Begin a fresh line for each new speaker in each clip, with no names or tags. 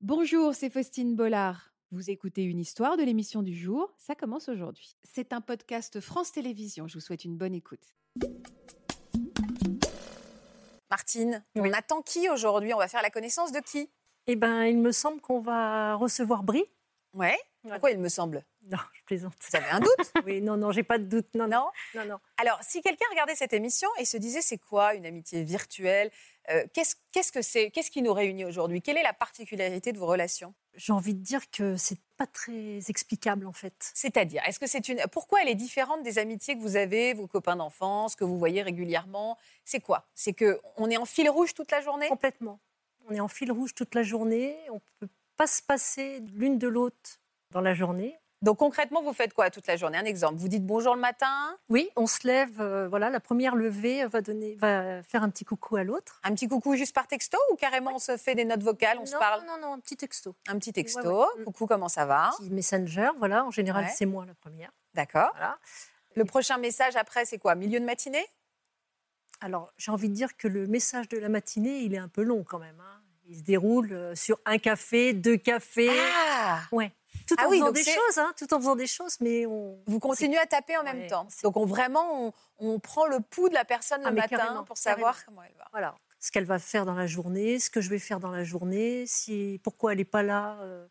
Bonjour, c'est Faustine Bollard. Vous écoutez une histoire de l'émission du jour, ça commence aujourd'hui. C'est un podcast France Télévisions, je vous souhaite une bonne écoute.
Martine,
Oui.
on attend qui aujourd'hui On va faire la connaissance de qui
Eh ben, il me semble qu'on va recevoir Brie.
Ouais.
Ouais.
Pourquoi il me semble
Non, je plaisante.
Vous avez un doute
Oui, non, non, j'ai pas de doute. Non, non,
Non
non, non.
Alors, si quelqu'un regardait cette émission et se disait c'est quoi une amitié virtuelle Euh, Qu'est-ce qu'est-ce que c'est Qu'est-ce qui nous réunit aujourd'hui Quelle est la particularité de vos relations
J'ai envie de dire que c'est pas très explicable en fait.
C'est-à-dire, est-ce que c'est une Pourquoi elle est différente des amitiés que vous avez, vos copains d'enfance, que vous voyez régulièrement C'est quoi C'est que on est en fil rouge toute la journée
Complètement. On est en fil rouge toute la journée. On peut pas se passer l'une de l'autre dans la journée.
Donc concrètement, vous faites quoi toute la journée Un exemple, vous dites bonjour le matin,
Oui, on se lève. euh, voilà, la première levée va donner, va faire un petit coucou à l'autre.
un petit coucou juste par texto ou carrément on se fait des notes vocales, on se
Non,
parle
Non, non, un petit texto.
un petit texto,
Ouais, ouais.
coucou comment ça va
Petit messenger, voilà. En général,
Ouais.
c'est moi la première.
D'accord.
Voilà.
Le prochain message après, c'est quoi Milieu de matinée
Alors, j'ai envie de dire que le message de la matinée, il est un peu long quand même. hein. Il se déroule euh, sur un café, deux cafés,
Ah
tout en
Ah oui,
faisant
donc
des
c'est-
choses, hein, tout en faisant des choses, mais on.
Vous continuez à taper en même
Ouais,
temps.
c'est-
Donc on, vraiment, on, on prend le pouls de la personne
Ah,
le
mais
matin
carrément,
pour savoir comment elle va.
Voilà, ce qu'elle va faire dans la journée, ce que je vais faire dans la journée, si pourquoi elle n'est pas là. euh,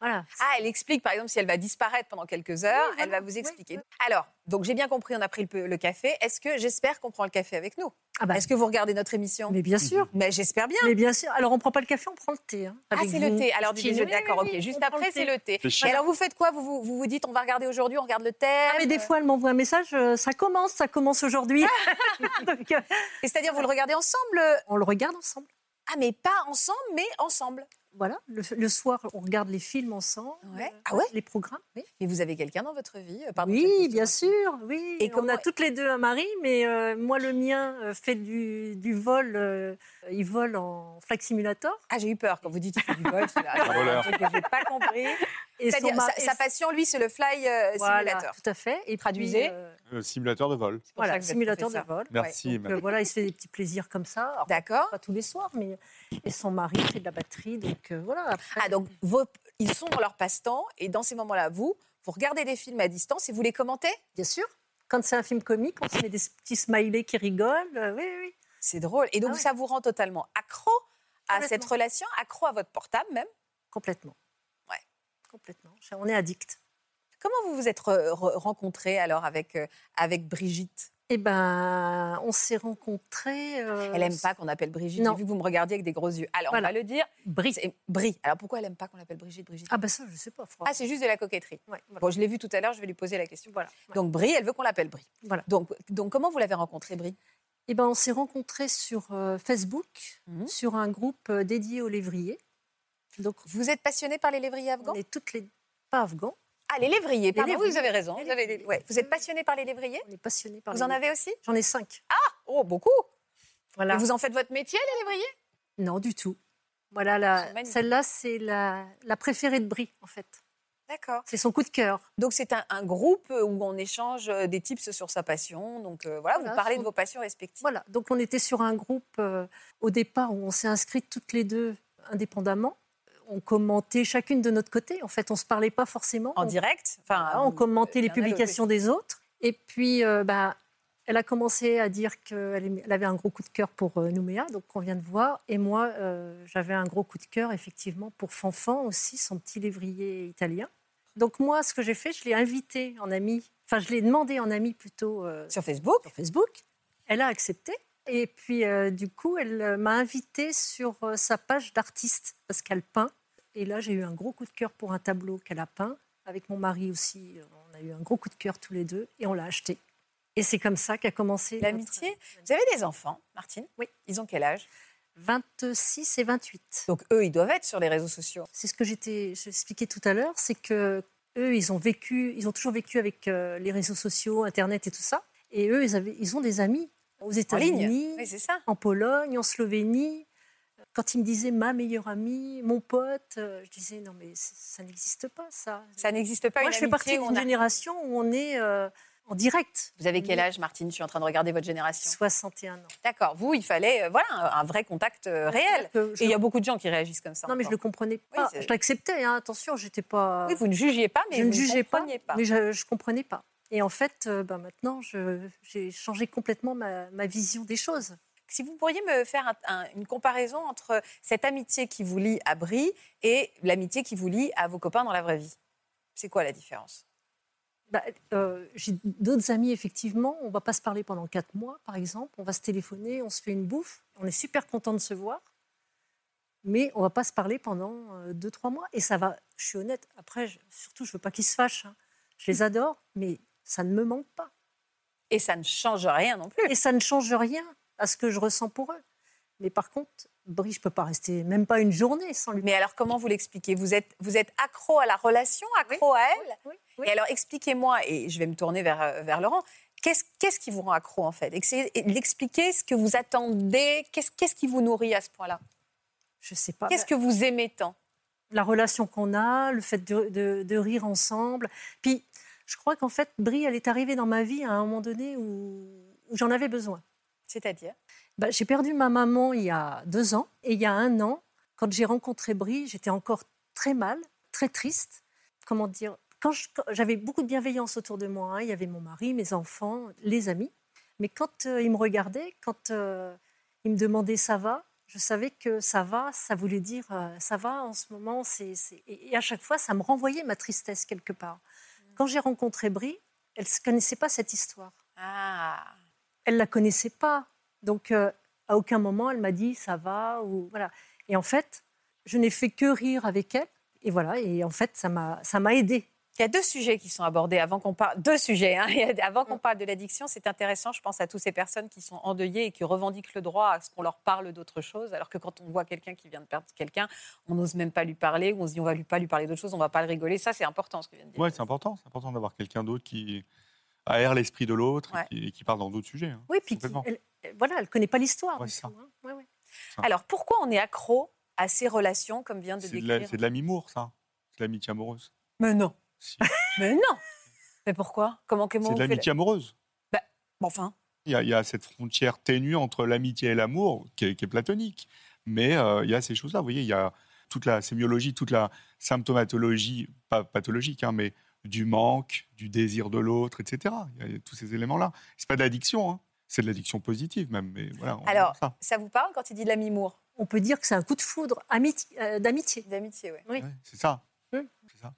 Voilà.
Ah, elle explique, par exemple, si elle va disparaître pendant quelques heures,
Oui,
elle va
voilà,
vous
oui,
expliquer.
oui.
Alors, donc j'ai bien compris, on a pris le, pe- le café. Est-ce que j'espère qu'on prend le café avec nous
Ah bah,
Est-ce que Mhm. vous regardez notre émission
mais bien sûr.
Mais j'espère bien.
Mais bien sûr. Alors, on ne prend pas le café, on prend le thé. hein,
Ah,
avec
c'est le
vous.
thé. Alors, du
Christine.
déjeuner,
Oui,
d'accord,
oui,
ok.
oui,
Juste
on prend
après,
le
c'est
thé.
le thé.
Réfléchis.
Et alors, vous faites quoi vous, vous, vous vous dites, on va regarder aujourd'hui, on regarde le thème.
Ah, mais des fois, elle m'envoie un message, euh, ça commence, ça commence aujourd'hui. Donc, euh,
Et C'est-à-dire, vous le regardez ensemble euh,
on le regarde ensemble.
Ah, mais pas ensemble, mais ensemble.
Voilà, le, le soir, on regarde les films ensemble,
Ouais.
euh,
Ah ouais
les programmes. Oui,
Mais vous avez quelqu'un dans votre vie euh, pardon,
Oui,
cette
bien
question.
sûr, oui.
Et
Et on
comment-
a toutes les deux un mari, mais euh, moi, le mien euh, fait du, du vol, euh, il vole en flag simulator.
Ah, j'ai eu peur quand vous dites il fait du vol, c'est là.
Un voleur.
un truc que j'ai pas compris.
Et
C'est-à-dire,
mari-
sa, sa passion, lui, c'est le fly euh,
Voilà,
simulator.
tout à fait. Et puis,
Traduisez.
euh,
Le simulateur de vol.
C'est pour ça
voilà,
que vous êtes
simulateur de
professeur.
vol.
Merci.
Donc, euh, voilà, il se fait des petits plaisirs comme ça. Alors,
D'accord.
pas tous les soirs, mais. Et son mari fait de la batterie, donc euh, voilà. après-
Ah, donc, vos- ils sont dans leur passe-temps, et dans ces moments-là, vous, vous regardez des films à distance et vous les commentez
Bien sûr. Quand c'est un film comique, on se met des petits smileys qui rigolent. euh, oui, oui, oui.
C'est drôle. Et donc,
Ah ouais.
ça vous rend totalement accro à
Complètement.
cette relation, accro à votre portable même.
Complètement.
Ouais.
Complètement. On est addict.
Comment vous vous êtes re- re- rencontrés alors avec, euh, avec Brigitte
Eh ben, on s'est rencontrés. euh,
Elle aime pas qu'on appelle Brigitte,
non.
j'ai vu que vous me regardiez avec des gros yeux. Alors,
Voilà.
on va le dire,
Brice.
c'est Brie. Alors, pourquoi elle aime pas qu'on l'appelle Brigitte, Brigitte
Ah ben ça, je sais pas. Franck.
Ah, c'est juste de la coquetterie.
Ouais, voilà.
Bon, je l'ai vu tout à l'heure, je vais lui poser la question.
Voilà. ouais.
Donc Brie, elle veut qu'on l'appelle Brie.
Voilà.
Donc, donc comment vous l'avez rencontrée, Brie
Eh ben, on s'est rencontrés sur euh, Facebook,
Mhm.
sur un groupe euh, dédié aux lévriers. Donc,
Vous êtes passionnée par les lévriers
on
afghans
est toutes les pas afghans.
Ah, les lévriers, pardon,
lévriers.
vous avez raison.
Les
Vous, avez-
lévriers.
ouais. Vous êtes passionnée par les lévriers
On est passionnés par.
Vous
les
en
lévriers.
avez aussi
J'en ai cinq.
Oh, beaucoup
Voilà.
Et vous en faites votre métier, les lévriers
Non, du tout. Voilà,
Ils sont
la...
magnifiques.
celle-là, c'est la... la préférée de Brie, en fait.
D'accord.
C'est son coup de cœur.
Donc c'est un, un groupe où on échange euh, des tips sur sa passion. Donc euh, voilà,
Voilà,
vous parlez
sur-
de vos passions respectives.
Voilà. Donc, on était sur un groupe euh, au départ où on s'est inscrites toutes les deux indépendamment. On commentait chacune de notre côté. En fait, on se parlait pas forcément.
En
On
direct hein, enfin, euh,
Voilà, on
vous-
commentait les
l'un à l'autre,
publications des autres. Et puis, euh, bah, elle a commencé à dire qu'elle aimait- elle avait un gros coup de cœur pour euh, Nouméa, donc qu'on vient de voir. Et moi, euh, j'avais un gros coup de cœur, effectivement, pour Fanfan aussi, son petit lévrier italien. Donc moi, ce que j'ai fait, je l'ai invité en ami, enfin, je l'ai demandé en ami plutôt euh,
oui. Sur Facebook
sur Facebook. Elle a accepté. Et puis, euh, du coup, elle euh, m'a invitée sur euh, sa page d'artiste parce qu'elle peint. Et là, j'ai eu un gros coup de cœur pour un tableau qu'elle a peint. Avec mon mari aussi, euh, on a eu un gros coup de cœur tous les deux et on l'a acheté. Et c'est comme ça qu'a commencé notre-
L'amitié Vous avez des enfants, Martine
Oui.
Ils ont quel âge
26 et 28.
Donc eux, ils doivent être sur les réseaux sociaux.
C'est ce que j'étais expliqué tout à l'heure, c'est que eux, ils ont vécu, ils ont toujours vécu avec euh, les réseaux sociaux, Internet et tout ça. Et eux, ils, avaient, ils ont des amis aux États-Unis,
Oui, c'est ça.
en Pologne, en Slovénie. Quand ils me disaient ma meilleure amie, mon pote, euh, je disais non mais c- ça n'existe pas ça.
Ça n'existe pas
Moi
une
je fais partie
amitié où on
d'une
a-
génération où on est, euh, en direct.
Vous avez quel âge, Martine Je suis en train de regarder votre génération.
61 ans.
D'accord. Vous, il fallait euh, voilà, un- un vrai contact euh, réel.
Que je-
Et il y a beaucoup de gens qui réagissent comme ça.
Non, mais je
encore.
le comprenais pas.
c'est-
je l'acceptais, hein, attention, j'étais pas.
Oui, vous ne jugiez pas, mais
je
vous
ne jugeais pas,
compreniez pas.
mais je ne comprenais pas. Et en fait, euh, bah, maintenant, je- j'ai changé complètement ma, ma vision des choses.
Si vous pourriez me faire un- un- une comparaison entre cette amitié qui vous lie à Brie et l'amitié qui vous lie à vos copains dans la vraie vie, c'est quoi la différence
Bah, euh, j'ai d'autres amis, effectivement, on ne va pas se parler pendant quatre mois, par exemple. On va se téléphoner, on se fait une bouffe, on est super content de se voir, mais on ne va pas se parler pendant euh, deux, trois mois. Et ça va, je suis honnête, après, je- surtout, je ne veux pas qu'ils se fâchent. hein. Je les adore, mais ça ne me manque pas.
Et ça ne change rien non plus.
et ça ne change rien à ce que je ressens pour eux. Mais par contre, Brie, je peux pas rester même pas une journée sans lui.
Mais alors, comment vous l'expliquez vous êtes, vous êtes accro à la relation, accro à elle
Oui, oui.
Et alors, expliquez-moi, et je vais me tourner vers, euh, vers Laurent, qu'est-ce qu'est-ce qui vous rend accro en fait Essayez de l'expliquer, ce que vous attendez, qu'est-ce qu'est-ce qui vous nourrit à ce point-là
Je sais pas.
Qu'est-ce que vous aimez tant
La relation qu'on a, le fait de, de- de rire ensemble. Puis, je crois qu'en fait, Brie, elle est arrivée dans ma vie à un moment donné où, où j'en avais besoin.
C'est-à-dire
Bah, j'ai perdu ma maman il y a deux ans. Et il y a un an, quand j'ai rencontré Brie, j'étais encore très mal, très triste. Comment dire quand je- quand- J'avais beaucoup de bienveillance autour de moi. hein. Il y avait mon mari, mes enfants, les amis. Mais quand euh, ils me regardaient, quand euh, ils me demandaient ça va, je savais que ça va, ça voulait dire euh, ça va en ce moment. c'est- c'est- Et et à chaque fois, ça me renvoyait ma tristesse quelque part. Quand j'ai rencontré Brie, elle ne connaissait pas cette histoire
Ah
elle la connaissait pas. Donc, euh, à aucun moment, elle m'a dit ça va ou voilà. Et en fait, je n'ai fait que rire avec elle. Et voilà. Et en fait, ça m'a, ça m'a aidée.
Il y a deux sujets qui sont abordés avant qu'on parle. Deux sujets. hein. Il y a- Avant
Mm.
qu'on parle de l'addiction, c'est intéressant. Je pense à toutes ces personnes qui sont endeuillées et qui revendiquent le droit à ce qu'on leur parle d'autre chose. Alors que quand on voit quelqu'un qui vient de perdre quelqu'un, on n'ose même pas lui parler. ou On se dit on va lui pas lui parler d'autre chose. On va pas le rigoler. Ça, c'est important ce que vient de dire.
Ouais, c'est important. C'est important d'avoir quelqu'un d'autre qui aère l'esprit de l'autre
Ouais.
et qui, et qui parle dans d'autres sujets. hein.
Oui, puis qui-
Complètement.
elle, elle- voilà, elle connaît pas l'histoire.
Ouais,
du
c'est ça.
tout, hein. Ouais, ouais.
Alors pourquoi on est accro à ces relations comme vient de
C'est de la-
décrire
c'est de l'amimour, ça. C'est de l'amitié amoureuse.
Mais non.
Si.
Mais non. Mais pourquoi Comment comment
C'est
on
de
fait
l'amitié amoureuse.
le- Enfin.
Il y, a, il y a cette frontière ténue entre l'amitié et l'amour qui, est- qui est platonique. Mais euh, il y a ces choses-là. Vous voyez, il y a toute la sémiologie, toute la symptomatologie, pas pathologique, hein, mais du manque, du désir de l'autre, etc. Il y a, il y a tous ces éléments-là. C'est pas de l'addiction, hein. c'est de l'addiction positive même. Mais voilà, on
Alors-
ça.
Ça vous parle quand il dit de l'amimour,
On peut dire que c'est un coup de foudre amiti- euh, d'amitié.
d'amitié, ouais.
Oui.
Ouais, c'est ça.
Mm.
C'est ça.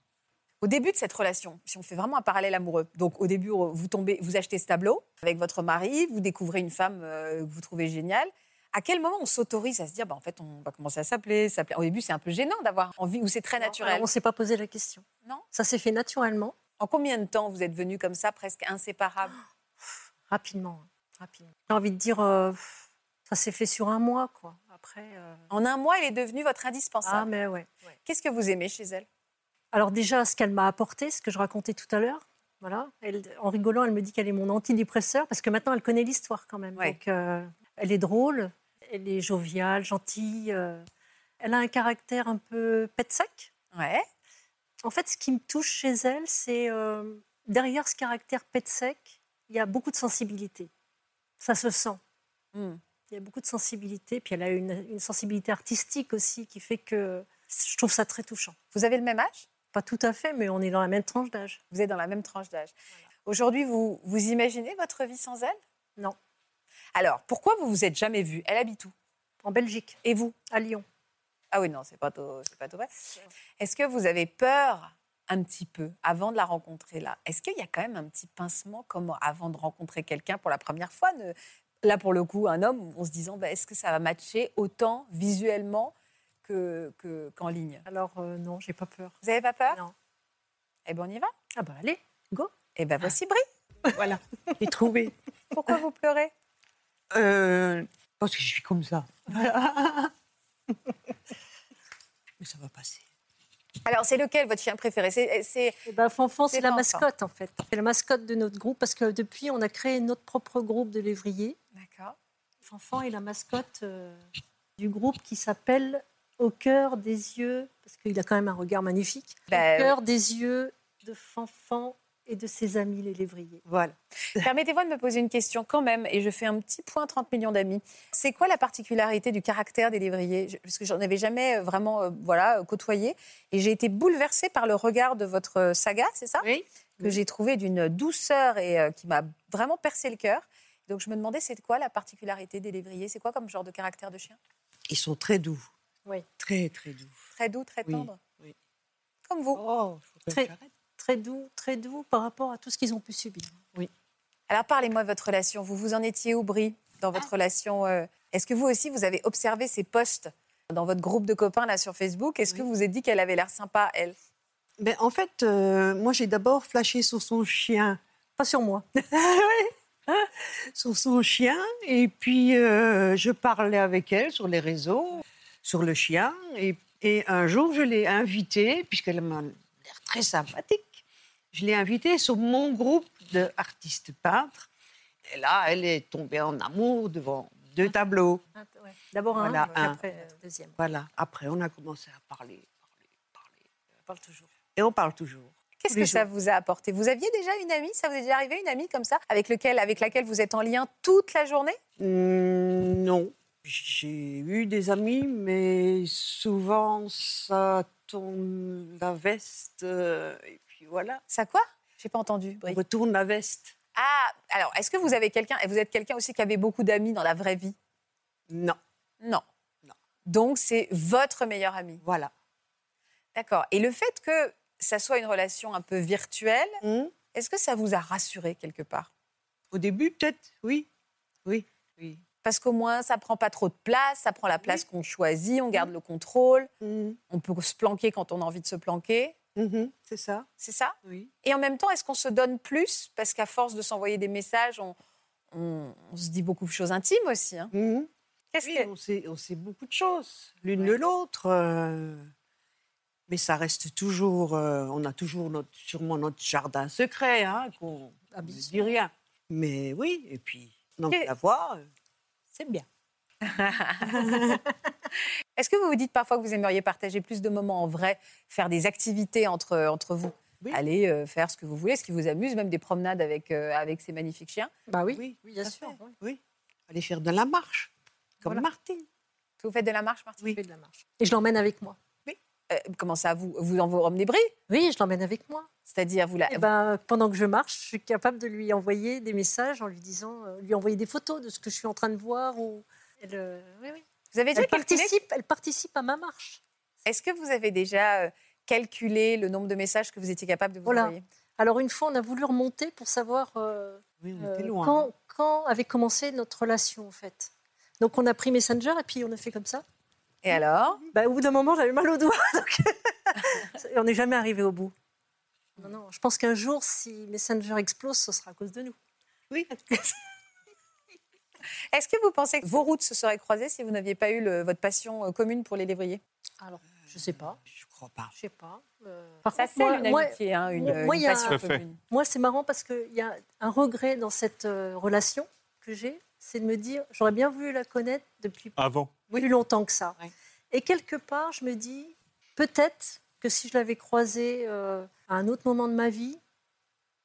Au début de cette relation, si on fait vraiment un parallèle amoureux, donc au début, vous tombez, vous achetez ce tableau avec votre mari, vous découvrez une femme euh, que vous trouvez géniale. À quel moment on s'autorise à se dire, bah, en fait, on va commencer à s'appeler, s'appeler Au début, c'est un peu gênant d'avoir envie, ou c'est très naturel.
Alors, on s'est pas posé la question.
Non.
Ça s'est fait naturellement,
En combien de temps vous êtes venus comme ça, presque inséparables
rapidement, hein, rapidement. J'ai envie de dire, euh, ça s'est fait sur un mois, quoi. Après. euh,
En un mois, elle est devenue votre
Ah,
indispensable.
mais ouais.
Qu'est-ce que vous aimez chez elle
Alors déjà, ce qu'elle m'a apporté, ce que je racontais tout à l'heure, voilà. Elle- en rigolant, elle me dit qu'elle est mon antidépresseur parce que maintenant elle connaît l'histoire quand même.
Ouais.
Donc euh, elle est drôle, elle est joviale, gentille. euh, elle a un caractère un peu pet sec.
Ouais.
En fait, ce qui me touche chez elle, c'est euh, derrière ce caractère pet sec, il y a beaucoup de sensibilité. Ça se sent.
Hmm.
Il y a beaucoup de sensibilité. Puis elle a une, une sensibilité artistique aussi qui fait que je trouve ça très touchant.
Vous avez le même âge
Pas tout à fait, mais on est dans la même tranche d'âge.
Vous êtes dans la même tranche d'âge. Aujourd'hui, vous, vous imaginez votre vie sans elle
Non.
Alors, pourquoi vous vous êtes jamais vue Elle habite où
En Belgique,
Et vous
à Lyon.
Ah oui, non, c'est pas tout, c'est pas tout vrai. Est-ce que vous avez peur un petit peu avant de la rencontrer là Est-ce qu'il y a quand même un petit pincement comme avant de rencontrer quelqu'un pour la première fois ne- Là, pour le coup, un homme, en se disant, bah, est-ce que ça va matcher autant visuellement que, que- qu'en ligne
Alors euh, non, j'ai pas peur.
Vous n'avez pas
Ah.
peur
Non.
Eh bien, on y va.
Ah bah allez, go.
Eh bien, voici Brie.
Voilà, j'ai trouvé.
Pourquoi vous pleurez
Euh, parce que je suis comme ça. Voilà. Mais ça va passer.
Alors, c'est lequel votre chien préféré C'est- c'est...
Et ben Fanfan,
C'est
c'est la
Fanfan.
mascotte en fait. C'est la mascotte de notre groupe parce que depuis, on a créé notre propre groupe de lévrier.
D'accord.
Fanfan est la mascotte euh, du groupe qui s'appelle Au cœur
Eh
des yeux, parce qu'il a quand même un regard magnifique.
Bah,
Au cœur des yeux de Fanfan et de ses amis les lévriers.
Voilà.
Permettez-moi de me poser une question quand même, et je fais un petit point 30 millions d'amis. C'est quoi la particularité du caractère des lévriers Je- Parce que j'en avais jamais vraiment euh, voilà, côtoyé, et j'ai été bouleversée par le regard de votre euh, saga, c'est ça
Oui.
Que j'ai trouvé d'une douceur et euh, qui m'a vraiment percé le cœur. Donc je me demandais, c'est quoi la particularité des lévriers C'est quoi comme genre de caractère de chien
Ils sont très doux.
Oui.
Très, très doux.
Très doux, très
Oui,
tendre
oui.
Comme vous.
Oh, faudrait
Très-
que j'arrête.
Très doux, très doux par rapport à tout ce qu'ils ont pu subir.
Alors parlez-moi de votre relation. Vous vous en étiez où, Brie, dans
Ah.
votre relation euh, Est-ce que vous aussi, vous avez observé ces posts dans votre groupe de copains là sur Facebook Est-ce que
Oui.
vous vous êtes dit qu'elle avait l'air sympa, elle
Ben, en fait, euh, moi, j'ai d'abord flashé sur son chien.
Pas sur moi.
Sur son chien. Et puis, euh, je parlais avec elle sur les réseaux, sur le chien. Et, et un jour, je l'ai invitée, puisqu'elle m'a l'air très sympathique. Je l'ai invitée sur mon groupe d'artistes peintres. Et là, elle est tombée en amour devant deux tableaux.
D'abord un,
Voilà,
puis
un.
après euh, deuxième.
Voilà. Après, on a commencé à parler, parler, parler.
On parle toujours.
Et on parle toujours.
Qu'est-ce que
Tous les
ça vous a apporté Vous aviez déjà une amie Ça vous est déjà arrivé une amie comme ça, avec lequel, avec laquelle vous êtes en lien toute la journée
Hmm, non. J'ai eu des amis, mais souvent ça tourne la veste. euh, et puis voilà,
Ça quoi J'ai pas entendu,
on
Brie.
retourne la veste.
Ah, alors est-ce que vous avez quelqu'un Et vous êtes quelqu'un aussi qui avait beaucoup d'amis dans la vraie vie
Non,
Non.
Non.
Donc c'est votre meilleure amie.
voilà.
D'accord. Et le fait que ça soit une relation un peu virtuelle,
Hmm,
est-ce que ça vous a rassuré quelque part
Au début, peut-être, oui. Oui, oui.
Parce qu'au moins, ça prend pas trop de place, ça prend la place qu'on choisit, on garde le contrôle,
Hmm,
on peut se planquer quand on a envie de se planquer,
mhm, C'est ça,
c'est ça
oui.
Et en même temps, est-ce qu'on se donne plus Parce qu'à force de s'envoyer des messages, on, on- on se dit beaucoup de choses intimes aussi. hein.
Mhm.
Qu'est-ce
Oui,
que-
on sait, on sait beaucoup de choses, l'une de l'autre. euh, mais ça reste toujours. euh, on a toujours notre, sûrement notre jardin secret, hein, qu'on
Ah,
on
bien
ne
sûr.
dit rien. Mais oui, et puis, donc
Et-
la voix, euh,
C'est bien.
Est-ce que vous vous dites parfois que vous aimeriez partager plus de moments en vrai, faire des activités entre, entre vous
Oui.
Aller euh, faire ce que vous voulez, ce qui vous amuse, même des promenades avec, euh, avec ces magnifiques chiens
Bah oui.
oui,
bien
tout à
sûr,
fait,
oui.
oui. Aller faire de la marche, comme
Voilà.
Martine.
Vous faites de la marche, Martine
Oui.
Je fais de la marche. Et je l'emmène avec moi.
Euh, Comment ça, vous, vous en vous emmenez Brie
Oui, je l'emmène avec moi.
C'est-à-dire, vous la...
Eh ben, pendant que je marche, je suis capable de lui envoyer des messages en lui disant, euh, lui envoyer des photos de ce que je suis en train de voir. Ou... Elle, euh, oui, oui.
vous avez déjà
Elle
calculé
participe, elle participe à ma marche.
Est-ce que vous avez déjà euh, calculé le nombre de messages que vous étiez capable de vous
Voilà.
envoyer
Alors une fois, on a voulu remonter pour savoir euh,
Oui, on
euh,
était loin.
quand, quand avait commencé notre relation en fait. Donc on a pris Messenger et puis on a fait comme ça.
Et alors
Bah, au bout d'un moment, j'avais mal au doigt. donc- Et on n'est jamais arrivé au bout. Non, non, je pense qu'un jour, si Messenger explose, ce sera à cause de nous.
Oui,
Est-ce que vous pensez que vos routes se seraient croisées si vous n'aviez pas eu le- votre passion euh, commune pour les lévriers
Alors, je sais pas.
je crois pas.
Je sais pas. Euh,
Ça,
contre,
c'est
moi-
une
moi-
amitié, hein, une,
moi,
une
il y a-
passion
Tout à fait.
commune.
Moi, c'est marrant parce qu'il y a un regret dans cette euh, relation que j'ai, c'est de me dire, j'aurais bien voulu la connaître depuis
Avant.
plus longtemps que ça.
Ouais.
Et quelque part, je me dis, peut-être que si je l'avais croisée euh, à un autre moment de ma vie,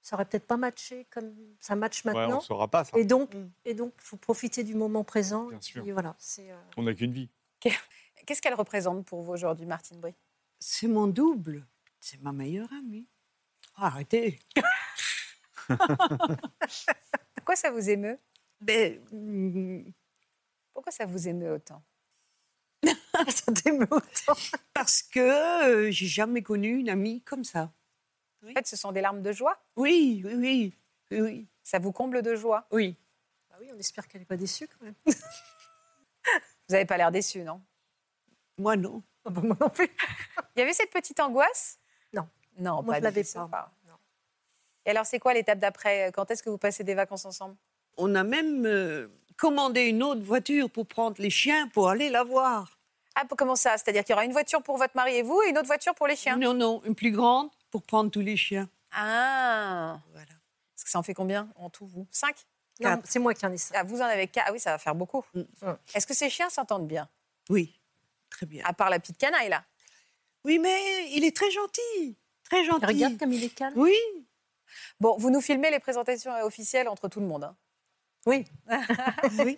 ça aurait peut-être pas matché comme ça match
Ouais, on
maintenant.
ne saura pas ça.
et donc,
Mm.
et donc, faut profiter du moment présent.
Bien
et
sûr.
puis voilà, c'est euh,
On n'a qu'une vie.
Qu'est-ce qu'elle représente pour vous aujourd'hui, Martine Brie
C'est mon double. C'est ma meilleure amie. Ah, Arrêtez.
Pourquoi ça vous émeut
Mais, mm,
Pourquoi ça vous émeut autant
ça t'émeut autant.
parce que euh, j'ai jamais connu une amie comme ça.
En fait, ce sont des larmes de joie.
Oui, oui, oui, oui, oui.
Ça vous comble de joie.
Oui.
Bah oui, on espère qu'elle n'est pas déçue quand même.
Vous n'avez pas l'air déçu, non
Moi, non.
Ah bah, moi non plus.
Il y avait cette petite angoisse
Non.
Non,
Moi,
pas
je l'avais
du tout,
pas. Non.
Et alors, c'est quoi l'étape d'après Quand est-ce que vous passez des vacances ensemble
On a même euh, commandé une autre voiture pour prendre les chiens pour aller la voir.
Ah, pour- comment ça C'est-à-dire qu'il y aura une voiture pour votre mari et vous et une autre voiture pour les chiens
Non, non, une plus grande pour prendre tous les chiens.
Ah
Voilà.
Parce que ça en fait combien en tout, vous Cinq
Non, c'est moi qui en ai ça.
Ah, vous en avez quatre. Ah oui, ça va faire beaucoup.
Mm.
Est-ce que ces chiens s'entendent bien
Oui, très bien.
À part la petite canaille, là.
Oui, mais il est très gentil. Très gentil.
Regarde comme il est calme.
Oui,
Bon, vous nous filmez les présentations officielles entre tout le monde. hein.
Oui. oui.